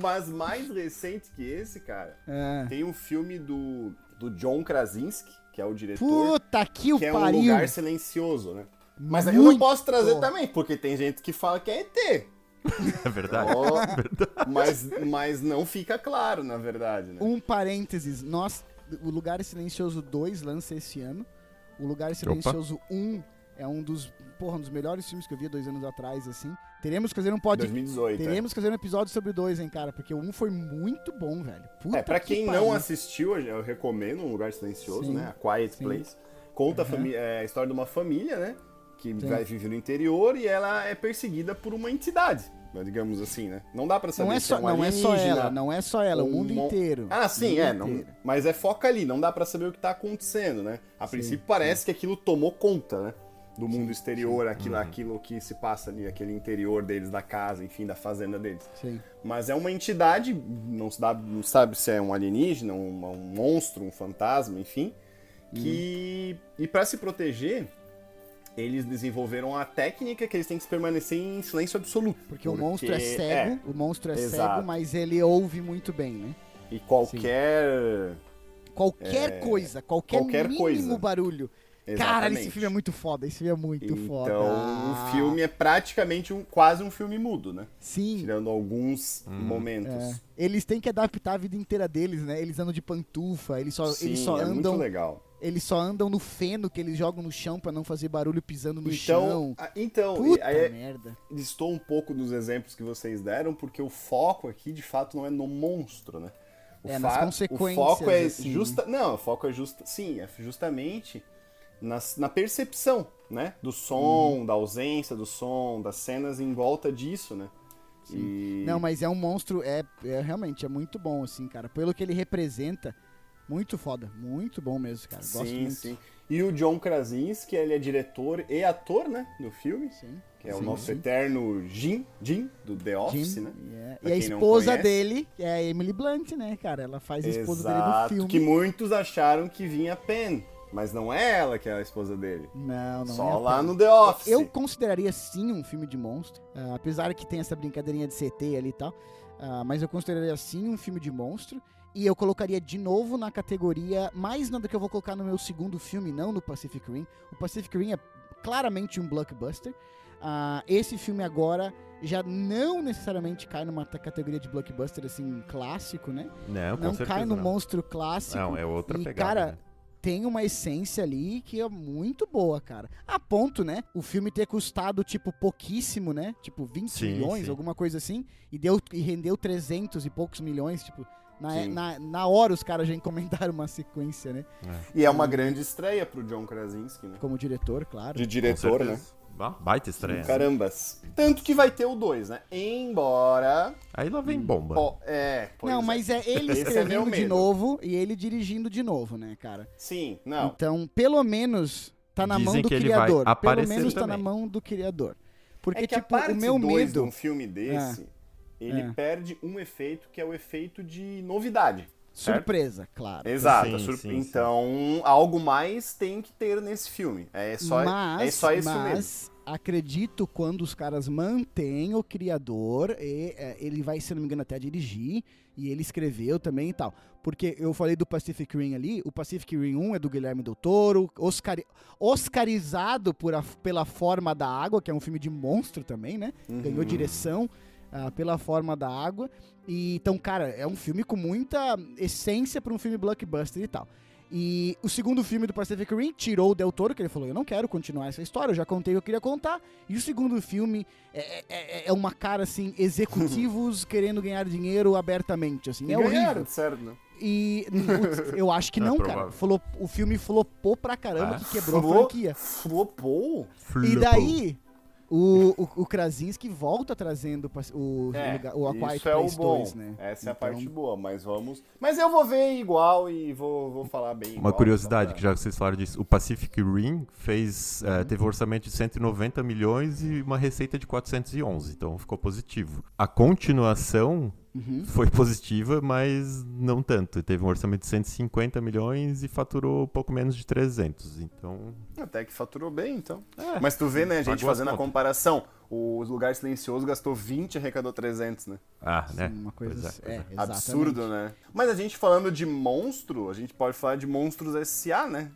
S3: Mas mais recente que esse, cara,
S1: é.
S3: tem um filme do, do John Krasinski, que é o diretor,
S1: Puta que o
S3: que é um
S1: pariu. é
S3: lugar silencioso, né? Mas aí eu não
S1: Muito.
S3: posso trazer também, porque tem gente que fala que é ET.
S2: É verdade.
S3: Ó, mas, mas não fica claro, na verdade, né?
S1: Um parênteses. Nós, o Lugar Silencioso 2 lança esse ano. O Lugar Silencioso 1 é um dos, porra, um dos melhores filmes que eu vi dois anos atrás, assim. Teremos que fazer um podcast.
S3: 2018. é.
S1: Teremos que fazer um episódio sobre o 2, hein, cara? Porque o 1 foi muito bom, velho. Puta
S3: É, pra
S1: que
S3: quem
S1: pariu.
S3: não assistiu, eu recomendo Um Lugar Silencioso,
S1: Sim,
S3: né? A Quiet
S1: sim.
S3: Place. Conta a,
S1: Aham.
S3: fami- é, a história de uma família, né? Que vai viver no interior e ela é perseguida por uma entidade, né, digamos assim, né? Não dá pra saber
S1: Não é
S3: se
S1: só,
S3: um
S1: não é só
S3: alienígena,
S1: ela, não é só ela, o
S3: um
S1: mundo
S3: mon-
S1: inteiro.
S3: Ah, sim,
S1: Mundo
S3: é. Não,
S1: inteiro.
S3: mas é foca ali, não dá pra saber o que tá acontecendo, né? A princípio parece que aquilo tomou conta, né? Do mundo exterior,
S1: Uhum.
S3: aquilo, aquilo que se passa ali, aquele interior deles, da casa, enfim, da fazenda deles.
S1: Sim.
S3: Mas é uma entidade, não, se dá, não sabe se é um alienígena, um, um monstro, um fantasma, enfim. Que.
S1: Uhum.
S3: E pra se proteger, eles desenvolveram a técnica que eles têm que permanecer em silêncio absoluto.
S1: Porque o monstro é cego, o monstro é
S3: Exato.
S1: cego, mas ele ouve muito bem, né?
S3: e qualquer.
S1: Qualquer coisa, qualquer,
S3: É, qualquer
S1: mínimo
S3: coisa.
S1: barulho. Caralho, esse
S3: Exatamente.
S1: filme é muito foda, esse filme é muito foda.
S3: Então, o filme é praticamente um, quase um filme mudo, né?
S1: Sim,
S3: Tirando alguns
S1: é.
S3: momentos.
S1: eles têm que adaptar a vida inteira deles, né? Eles andam de pantufa, eles só,
S3: Sim,
S1: eles só
S3: é muito
S1: andam,
S3: legal.
S1: eles só andam no feno que eles jogam no chão pra não fazer barulho pisando no
S3: Então,
S1: chão.
S3: a- então
S1: Puta
S3: aí,
S1: merda.
S3: distou um pouco dos exemplos que vocês deram, porque o foco aqui, de fato, não é no monstro, né? O
S1: É, nas
S3: fa-
S1: consequências,
S3: O foco é
S1: assim, né?
S3: justa... Não, o foco é justa... Sim, é justamente nas- na percepção, né? Do som,
S1: Uhum.
S3: da ausência do som, das cenas em volta disso, né? E...
S1: Não, mas é um monstro, é, é realmente, é muito bom, assim, cara. Pelo que ele representa, muito foda. Muito bom mesmo, cara. Gosto
S3: sim,
S1: muito.
S3: sim. E o John Krasinski, ele é diretor e ator, né? Do filme,
S1: Sim.
S3: que é o
S1: Sim,
S3: nosso
S1: sim.
S3: eterno Jim, Jim, do The Office,
S1: Jim,
S3: né?
S1: yeah.
S3: Pra
S1: E a
S3: quem não
S1: esposa
S3: conhece.
S1: dele é a Emily Blunt, né, cara? Ela faz a esposa dele no filme.
S3: Que muitos acharam que vinha a Pen, mas não é ela que é a esposa dele.
S1: Não, não
S3: Só
S1: é a
S3: lá
S1: pena.
S3: no The Office.
S1: Eu consideraria sim um filme de monstro, ah, apesar que tem essa brincadeirinha de CT ali e tal, ah, mas eu consideraria sim um filme de monstro. E eu colocaria de novo na categoria, mais nada que eu vou colocar no meu segundo filme, não no Pacific Rim. O Pacific Rim é claramente um blockbuster. Ah, esse filme agora já não necessariamente cai numa ta- categoria de blockbuster assim clássico, né?
S2: Não, Ah, com
S1: não
S2: certeza.
S1: cai no
S2: não.
S1: monstro clássico
S2: Não, é outra
S1: E,
S2: pegada.
S1: cara,
S2: né?
S1: tem uma essência ali que é muito boa, cara. A ponto, né? O filme ter custado, tipo, pouquíssimo, né? Tipo, 20
S2: Sim,
S1: milhões,
S2: sim.
S1: alguma coisa assim. E, deu, e rendeu 300 e poucos milhões, tipo. Na,
S3: Sim.
S1: na, na hora os caras já encomendaram uma sequência, né?
S3: E é uma grande estreia pro John Krasinski, né?
S1: Como diretor, claro.
S3: De
S2: Com
S3: diretor, né?
S2: certeza. Ba- Baita né? estranha.
S3: Carambas. Tanto que vai ter o 2, né? Embora.
S2: Aí lá
S3: hum.
S2: vem bomba.
S3: Ó, é. pois
S1: não,
S3: é.
S1: mas é ele
S3: Esse é meu
S1: escrevendo de
S3: medo.
S1: novo e ele dirigindo de novo, né, cara?
S3: Sim, não.
S1: Então, pelo menos tá na
S2: Dizem
S1: mão do
S2: que ele vai
S1: criador. Pelo
S2: aparecer
S1: menos tá na
S2: também.
S1: mão do criador. Porque,
S3: é que a
S1: tipo,
S3: parte
S1: o meu
S3: dois de
S1: medo.
S3: um filme desse, ele
S1: é.
S3: perde um efeito que é o efeito de novidade. certo?
S1: Surpresa, claro.
S3: Exato.
S2: Sim,
S3: a sur-
S2: sim, sim.
S3: então, algo mais tem que ter nesse filme. É só,
S1: mas,
S3: é só isso
S1: mas
S3: mesmo.
S1: acredito quando os caras mantêm o criador, e, é, ele vai, se não me engano, até dirigir, e ele escreveu também e tal. Porque eu falei do Pacific Rim ali, o Pacific Rim 1 é do Guilherme Del Toro, oscari- oscarizado por a- pela Forma da Água, que é um filme de monstro também, né?
S3: Uhum.
S2: Uhum.
S1: Ganhou direção ah, pela Forma da Água. E, então, cara, é um filme com muita essência para um filme blockbuster e tal. E o segundo filme do Pacific Rim tirou o Del Toro, que ele falou, eu não quero continuar essa história, eu já contei o que eu queria contar. E o segundo filme é, é- é- é uma cara, assim, executivos querendo ganhar dinheiro abertamente, assim.
S3: E
S1: é
S3: ganharam,
S1: horrível.
S3: de certo, né?
S1: E putz, eu acho que
S2: É
S1: não, cara.
S2: provável.
S1: Flop, o filme flopou pra caramba,
S2: Ah.
S1: que quebrou a
S3: Flop-
S1: franquia.
S3: Flopou?
S1: E daí, o, o, o Krasinski volta trazendo o pac- o,
S3: É,
S1: lugar- o A Quiet
S3: isso é o
S1: Place
S3: bom.
S1: 2, né?
S3: Essa é a
S1: Então,
S3: parte boa, mas vamos. Mas eu vou ver igual e vou, vou falar bem.
S2: Uma
S3: igual,
S2: curiosidade,
S3: tá?
S2: que já que vocês falaram disso, o Pacific Rim fez,
S1: Uhum.
S2: eh, teve um orçamento de 190 milhões e uma receita de 411, então ficou positivo. A continuação
S1: Uhum.
S2: foi positiva, mas não tanto. Teve um orçamento de 150 milhões e faturou pouco menos de 300, então...
S3: Até que faturou bem, então.
S1: É.
S3: Mas tu vê, né, a gente
S2: Pagou as
S3: fazendo a
S2: contas.
S3: comparação. Os Lugar Silencioso gastou 20 e arrecadou 300, né?
S2: Ah, né?
S1: Uma coisa
S2: Pois é,
S1: assim.
S2: pois
S1: é,
S2: é.
S1: exatamente.
S3: Absurdo, né? Mas a gente falando de monstro, a gente pode falar de Monstros S.A., né?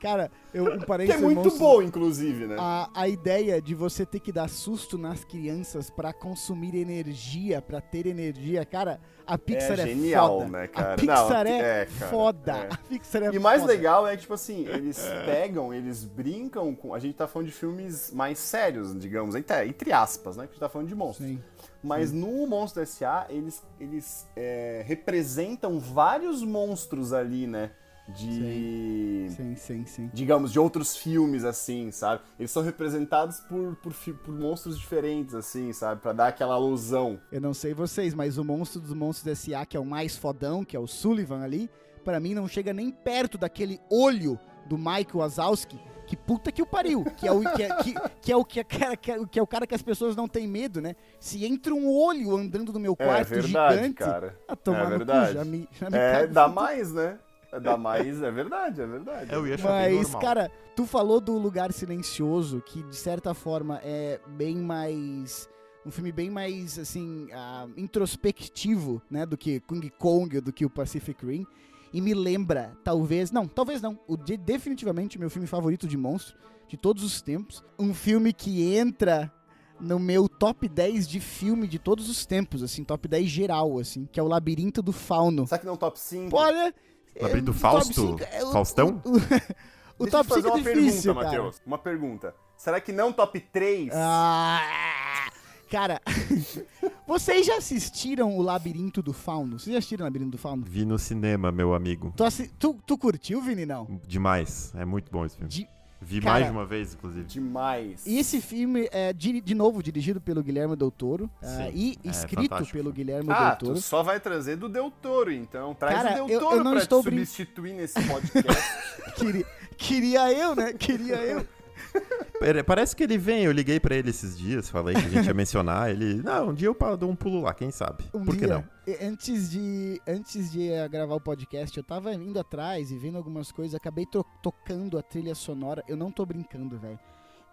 S1: Cara, eu um
S3: Que é
S1: parênteses
S3: muito
S1: monstro- Ah,
S3: bom, inclusive, né?
S1: A, a ideia de você ter que dar susto nas crianças pra consumir energia, pra ter energia, cara, a Pixar é,
S3: genial,
S1: foda.
S3: né, cara?
S1: A
S3: Não,
S1: Pixar é,
S3: é, cara,
S1: foda.
S3: é.
S1: A Pixar é
S3: E mais
S1: foda.
S3: legal é que, tipo assim, eles pegam, eles brincam com. A gente tá falando de filmes mais sérios, digamos, até, entre aspas, né? Que a gente tá falando de monstros.
S1: Sim.
S3: Mas no Monstro S.A., eles, eles é, representam vários monstros ali, né? De.
S1: Sim, sim, sim.
S3: Digamos, de outros filmes, assim, sabe? Eles são representados por, por, fi- por monstros diferentes, assim, sabe? Pra dar aquela alusão.
S1: Eu não sei vocês, mas o monstro dos monstros S.A., que é o mais fodão, que é o Sullivan ali, pra mim não chega nem perto daquele olho do Michael Wazowski, que puta que o pariu, que é o que é, que, que é o que, é, cara- que, é, que é o cara que as pessoas não têm medo, né? Se entra um olho andando no meu
S3: É
S1: quarto
S3: verdade,
S1: gigante,
S3: cara.
S1: Ah, tomar
S3: É
S1: no cu,
S3: verdade.
S1: já me, já me
S3: É,
S1: cago
S3: dá
S1: tudo.
S3: mais, né? Dá mais, é verdade, é verdade.
S2: Eu ia achar bem
S1: Mas,
S2: normal.
S1: cara, tu falou do Lugar Silencioso, que de certa forma é bem mais. Um filme bem mais, assim, ah, introspectivo, né? Do que Kung Kong, do que o Pacific Rim. E me lembra, talvez. Não, talvez não. O de- definitivamente meu filme favorito de monstro de todos os tempos. Um filme que entra no meu top 10 de filme de todos os tempos, assim, top 10 geral, assim, que é o Labirinto do Fauno.
S3: Será que não é um top 5?
S1: Olha.
S2: Labirinto
S1: é, o
S2: Tá Fausto?
S1: top cinco- é, o-
S2: Faustão?
S1: O, o- o
S3: Deixa eu
S1: top 5
S3: te fazer
S1: é
S3: uma
S1: difícil,
S3: pergunta,
S1: cara.
S3: Matheus. Uma pergunta. Será que não top 3?
S1: Ah, cara, vocês já assistiram o Labirinto do Fauno? Vocês já assistiram o Labirinto do Fauno?
S2: Vi no cinema, meu amigo.
S1: Tu, assi- tu, tu curtiu, Vini, não?
S2: Demais, é muito bom esse filme.
S1: De-
S2: Vi
S1: Cara,
S2: mais de uma vez, inclusive.
S3: Demais.
S1: E esse filme é, de, de novo, dirigido pelo Guilherme Del Toro ah,
S2: Sim,
S1: e
S2: é
S1: escrito
S2: fantástico.
S1: pelo Guilherme
S3: ah,
S1: Del
S3: tu
S1: Toro.
S3: só vai trazer do Del Toro, então. Traz
S1: Cara,
S3: o
S1: eu- eu
S3: Del Toro
S1: não
S3: pra
S1: estou
S3: te
S1: brin-
S3: substituir nesse podcast.
S1: Queria, queria eu, né? Queria eu.
S2: Pare- Parece que ele vem, eu liguei pra ele esses dias, falei que a gente ia mencionar. Ele, não, um dia eu pa- dou um pulo lá, quem sabe?
S1: Um
S2: Por que
S1: dia,
S2: não?
S1: eh, Antes de, antes de eh, gravar o podcast, eu tava indo atrás e vendo algumas coisas, acabei tro- tocando a trilha sonora. Eu não tô brincando, velho.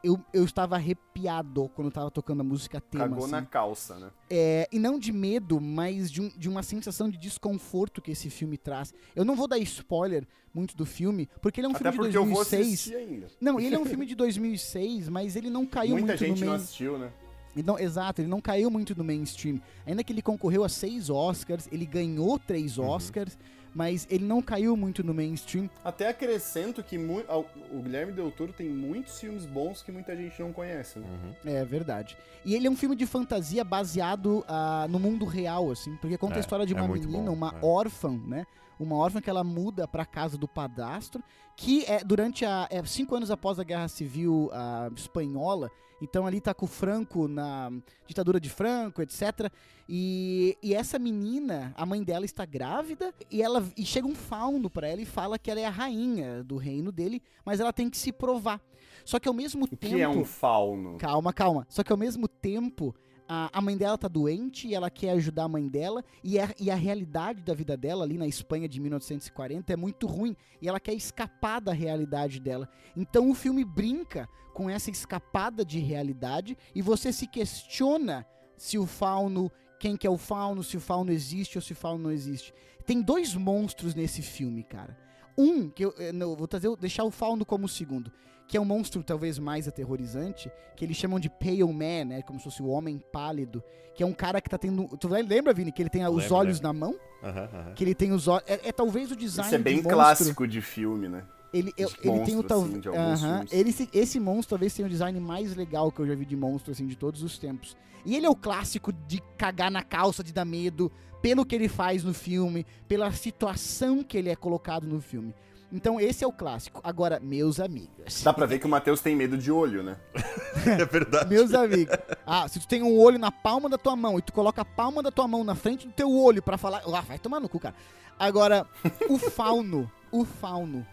S1: Eu, eu estava arrepiado quando eu tava tocando a música tema.
S3: Cagou
S1: assim.
S3: na calça, né?
S1: É, e não de medo, mas de, um- de uma sensação de desconforto que esse filme traz. Eu não vou dar spoiler muito do filme, porque ele é um
S3: Até
S1: filme
S3: porque
S1: de
S3: eu vou
S1: 2006.
S3: assistir ainda.
S1: não, ele é um filme de 2006, mas ele não caiu
S3: Muita
S1: muito no
S3: gente
S1: meio.
S3: não assistiu, né?
S1: Ele não- exato, ele não caiu muito no mainstream. Ainda que ele concorreu a seis Oscars, ele ganhou três Oscars, mas ele não caiu muito no mainstream.
S3: Até acrescento que mu- ao- o Guilherme Del Toro tem muitos filmes bons que muita gente não conhece, né?
S1: É verdade. E ele é um filme de fantasia baseado ah, no mundo real, assim, porque conta a
S2: É,
S1: história de
S2: é
S1: uma
S2: muito
S1: menina,
S2: bom,
S1: uma
S2: é.
S1: órfã, né? Uma órfã que ela muda pra casa do padastro, que é durante a é, cinco anos após a Guerra Civil ah, espanhola. Então ali tá com o Franco na ditadura de Franco, etc. E, e essa menina, a mãe dela está grávida e ela e chega um fauno pra ela e fala que ela é a rainha do reino dele, mas ela tem que se provar. Só que ao mesmo
S3: O
S1: tempo
S3: que é um fauno?
S1: Calma, calma. Só que ao mesmo tempo, a, a mãe dela tá doente e ela quer ajudar a mãe dela, e a, e a realidade da vida dela ali na Espanha de 1940 é muito ruim, e ela quer escapar da realidade dela. Então o filme brinca com essa escapada de realidade e você se questiona se o fauno, quem que é o fauno, se o fauno existe ou se o fauno não existe. Tem dois monstros nesse filme, cara. Um, que eu, eu não, vou trazer, deixar o fauno como segundo, que é um monstro talvez mais aterrorizante, que eles chamam de Pale Man, né? Como se fosse o Homem Pálido, que é um cara que tá tendo. Tu lembra, Vini, que ele tem os
S2: Lembro,
S1: olhos
S2: lembro.
S1: na mão?
S2: Aham, aham.
S1: Que ele tem os olhos. É, é talvez o design
S3: Isso é
S1: de
S3: bem
S1: monstro.
S3: clássico de filme, né?
S1: Ele, eu-
S3: de
S1: ele tem o
S3: monstro,
S1: tal.
S3: assim, de alguns
S1: Aham.
S3: filmes.
S1: Ele se- esse monstro talvez tenha o design mais legal que eu já vi de monstro, assim, de todos os tempos. E ele é o clássico de cagar na calça, de dar medo, pelo que ele faz no filme, pela situação que ele é colocado no filme. Então, esse é o clássico. Agora, meus amigos.
S3: Dá pra ver que o Matheus tem medo de olho, né?
S2: É verdade.
S1: Meus amigos. Ah, se tu tem um olho na palma da tua mão e tu coloca a palma da tua mão na frente do teu olho pra falar. Ah, vai tomar no cu, cara. Agora, o fauno. O fauno.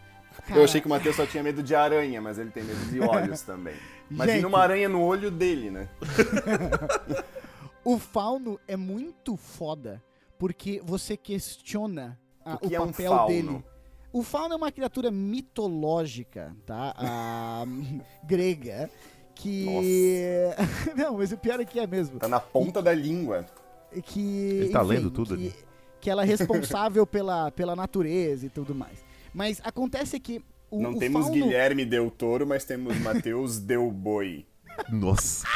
S3: Eu achei que o Matheus só tinha medo de aranha, mas ele tem medo de olhos também. Imagina
S1: Gente.
S3: uma aranha no olho dele, né?
S1: O fauno é muito foda, porque você questiona ah,
S3: O
S1: o,
S3: que é um
S1: papel
S3: fauno?
S1: dele. O fauno é uma criatura mitológica, tá? Ah, grega. Que. Não, mas o pior é que é mesmo.
S3: Tá na ponta da língua.
S1: Que,
S2: Ele tá lendo tudo
S1: que,
S2: ali.
S1: que ela é responsável pela, pela natureza e tudo mais. Mas acontece que o,
S3: Não
S1: o
S3: temos
S1: fauno.
S3: Guilherme Del Toro, mas temos Matheus Del Boi.
S2: Nossa.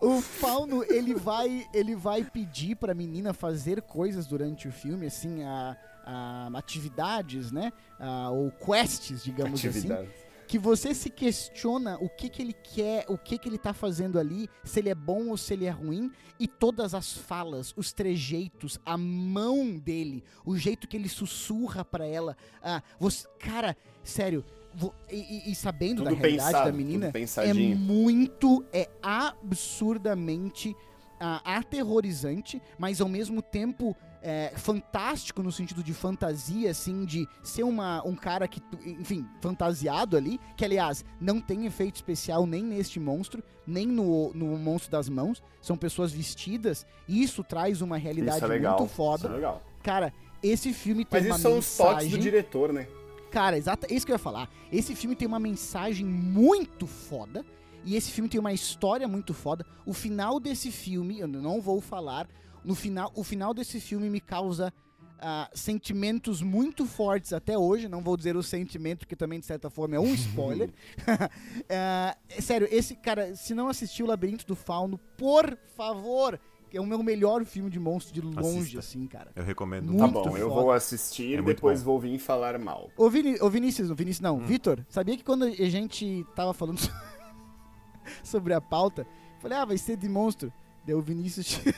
S1: O fauno, ele vai, ele vai pedir pra menina fazer coisas durante o filme, assim, a, a- atividades, né? A- ou quests, digamos assim.
S3: Atividade.
S1: Que você se questiona o que, que ele quer, o que, que ele tá fazendo ali, se ele é bom ou se ele é ruim. E todas as falas, os trejeitos, a mão dele, o jeito que ele sussurra pra ela. Ah, você, cara, sério, vo- e, e- e sabendo da
S3: Tudo
S1: realidade
S3: pensado,
S1: da menina,
S3: tudo
S1: é
S3: pensadinho.
S1: muito, é absurdamente ah, aterrorizante, mas ao mesmo tempo é, fantástico no sentido de fantasia, assim, de ser uma, um cara que, tu- enfim, fantasiado ali, que aliás não tem efeito especial nem neste monstro, nem no, no monstro das mãos, são pessoas vestidas, e isso traz uma realidade
S3: Isso é legal.
S1: muito foda.
S3: Isso é legal.
S1: Cara, esse filme tem
S3: Mas
S1: uma
S3: isso são os toques do
S1: mensagem-
S3: diretor, né?
S1: Cara, exata, isso que eu ia falar. Esse filme tem uma mensagem muito foda. E esse filme tem uma história muito foda. O final desse filme, eu não vou falar. No final, o final desse filme me causa ah, sentimentos muito fortes até hoje. Não vou dizer o sentimento, que também, de certa forma, é um spoiler. Ah, é sério, esse cara, se não assistiu o Labirinto do Fauno, por favor, que é o meu melhor filme de monstro de longe,
S2: Assista. É
S1: assim, cara.
S2: Eu recomendo.
S1: Muito
S3: Tá bom, eu
S1: foda.
S3: vou assistir
S2: É
S3: e
S2: muito
S3: depois
S2: bom.
S3: vou vir falar mal.
S1: Ô, Vini, ô Vinícius, não, Vinícius
S3: Hum.
S1: não, Vitor, sabia que quando a gente tava falando so- sobre a pauta, eu falei, ah, vai ser de monstro. Daí o Vinícius. che-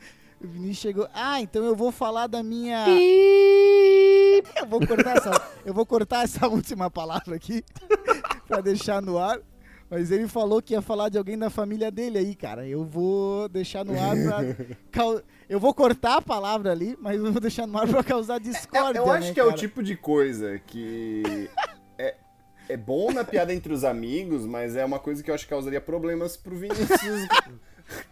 S1: o Vinícius chegou, ah, então eu vou falar da minha. eu vou cortar essa, eu vou cortar essa última palavra aqui pra deixar no ar. Mas ele falou que ia falar de alguém da família dele aí, cara. Eu vou deixar no ar pra. cau- Eu vou cortar a palavra ali, mas eu vou deixar no ar pra causar discórdia.
S3: eu acho
S1: né,
S3: que é o
S1: cara?
S3: tipo de coisa que. é, é bom na piada entre os amigos, mas é uma coisa que eu acho que causaria problemas pro Vinícius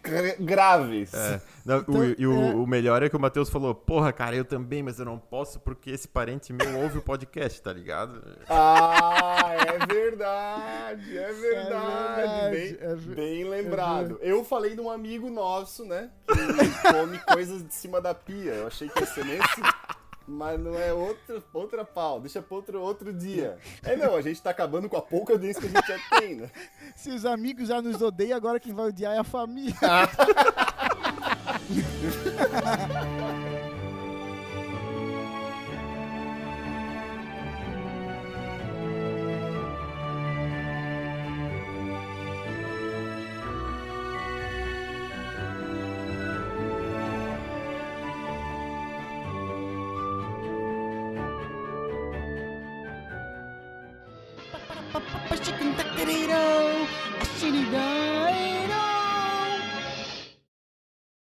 S3: gra- graves.
S2: É. Não,
S1: Então,
S2: o, e o,
S1: é.
S2: o melhor é que o Matheus falou, porra, cara, eu também, mas eu não posso porque esse parente meu ouve o podcast, tá ligado?
S3: Ah, é verdade, é verdade.
S1: verdade, é
S3: bem,
S1: ver-
S3: bem lembrado. Eu falei de um amigo nosso, né? Que come coisas de cima da pia. Eu achei que ia ser nesse. Mas não é outro, outra pau, deixa pra outro, outro dia. É não, a gente tá acabando com a pouca audiência que a gente já tem, né?
S1: Se os amigos já nos odeiam, agora quem vai odiar é a família. Chicken taqueriro, a chinidão.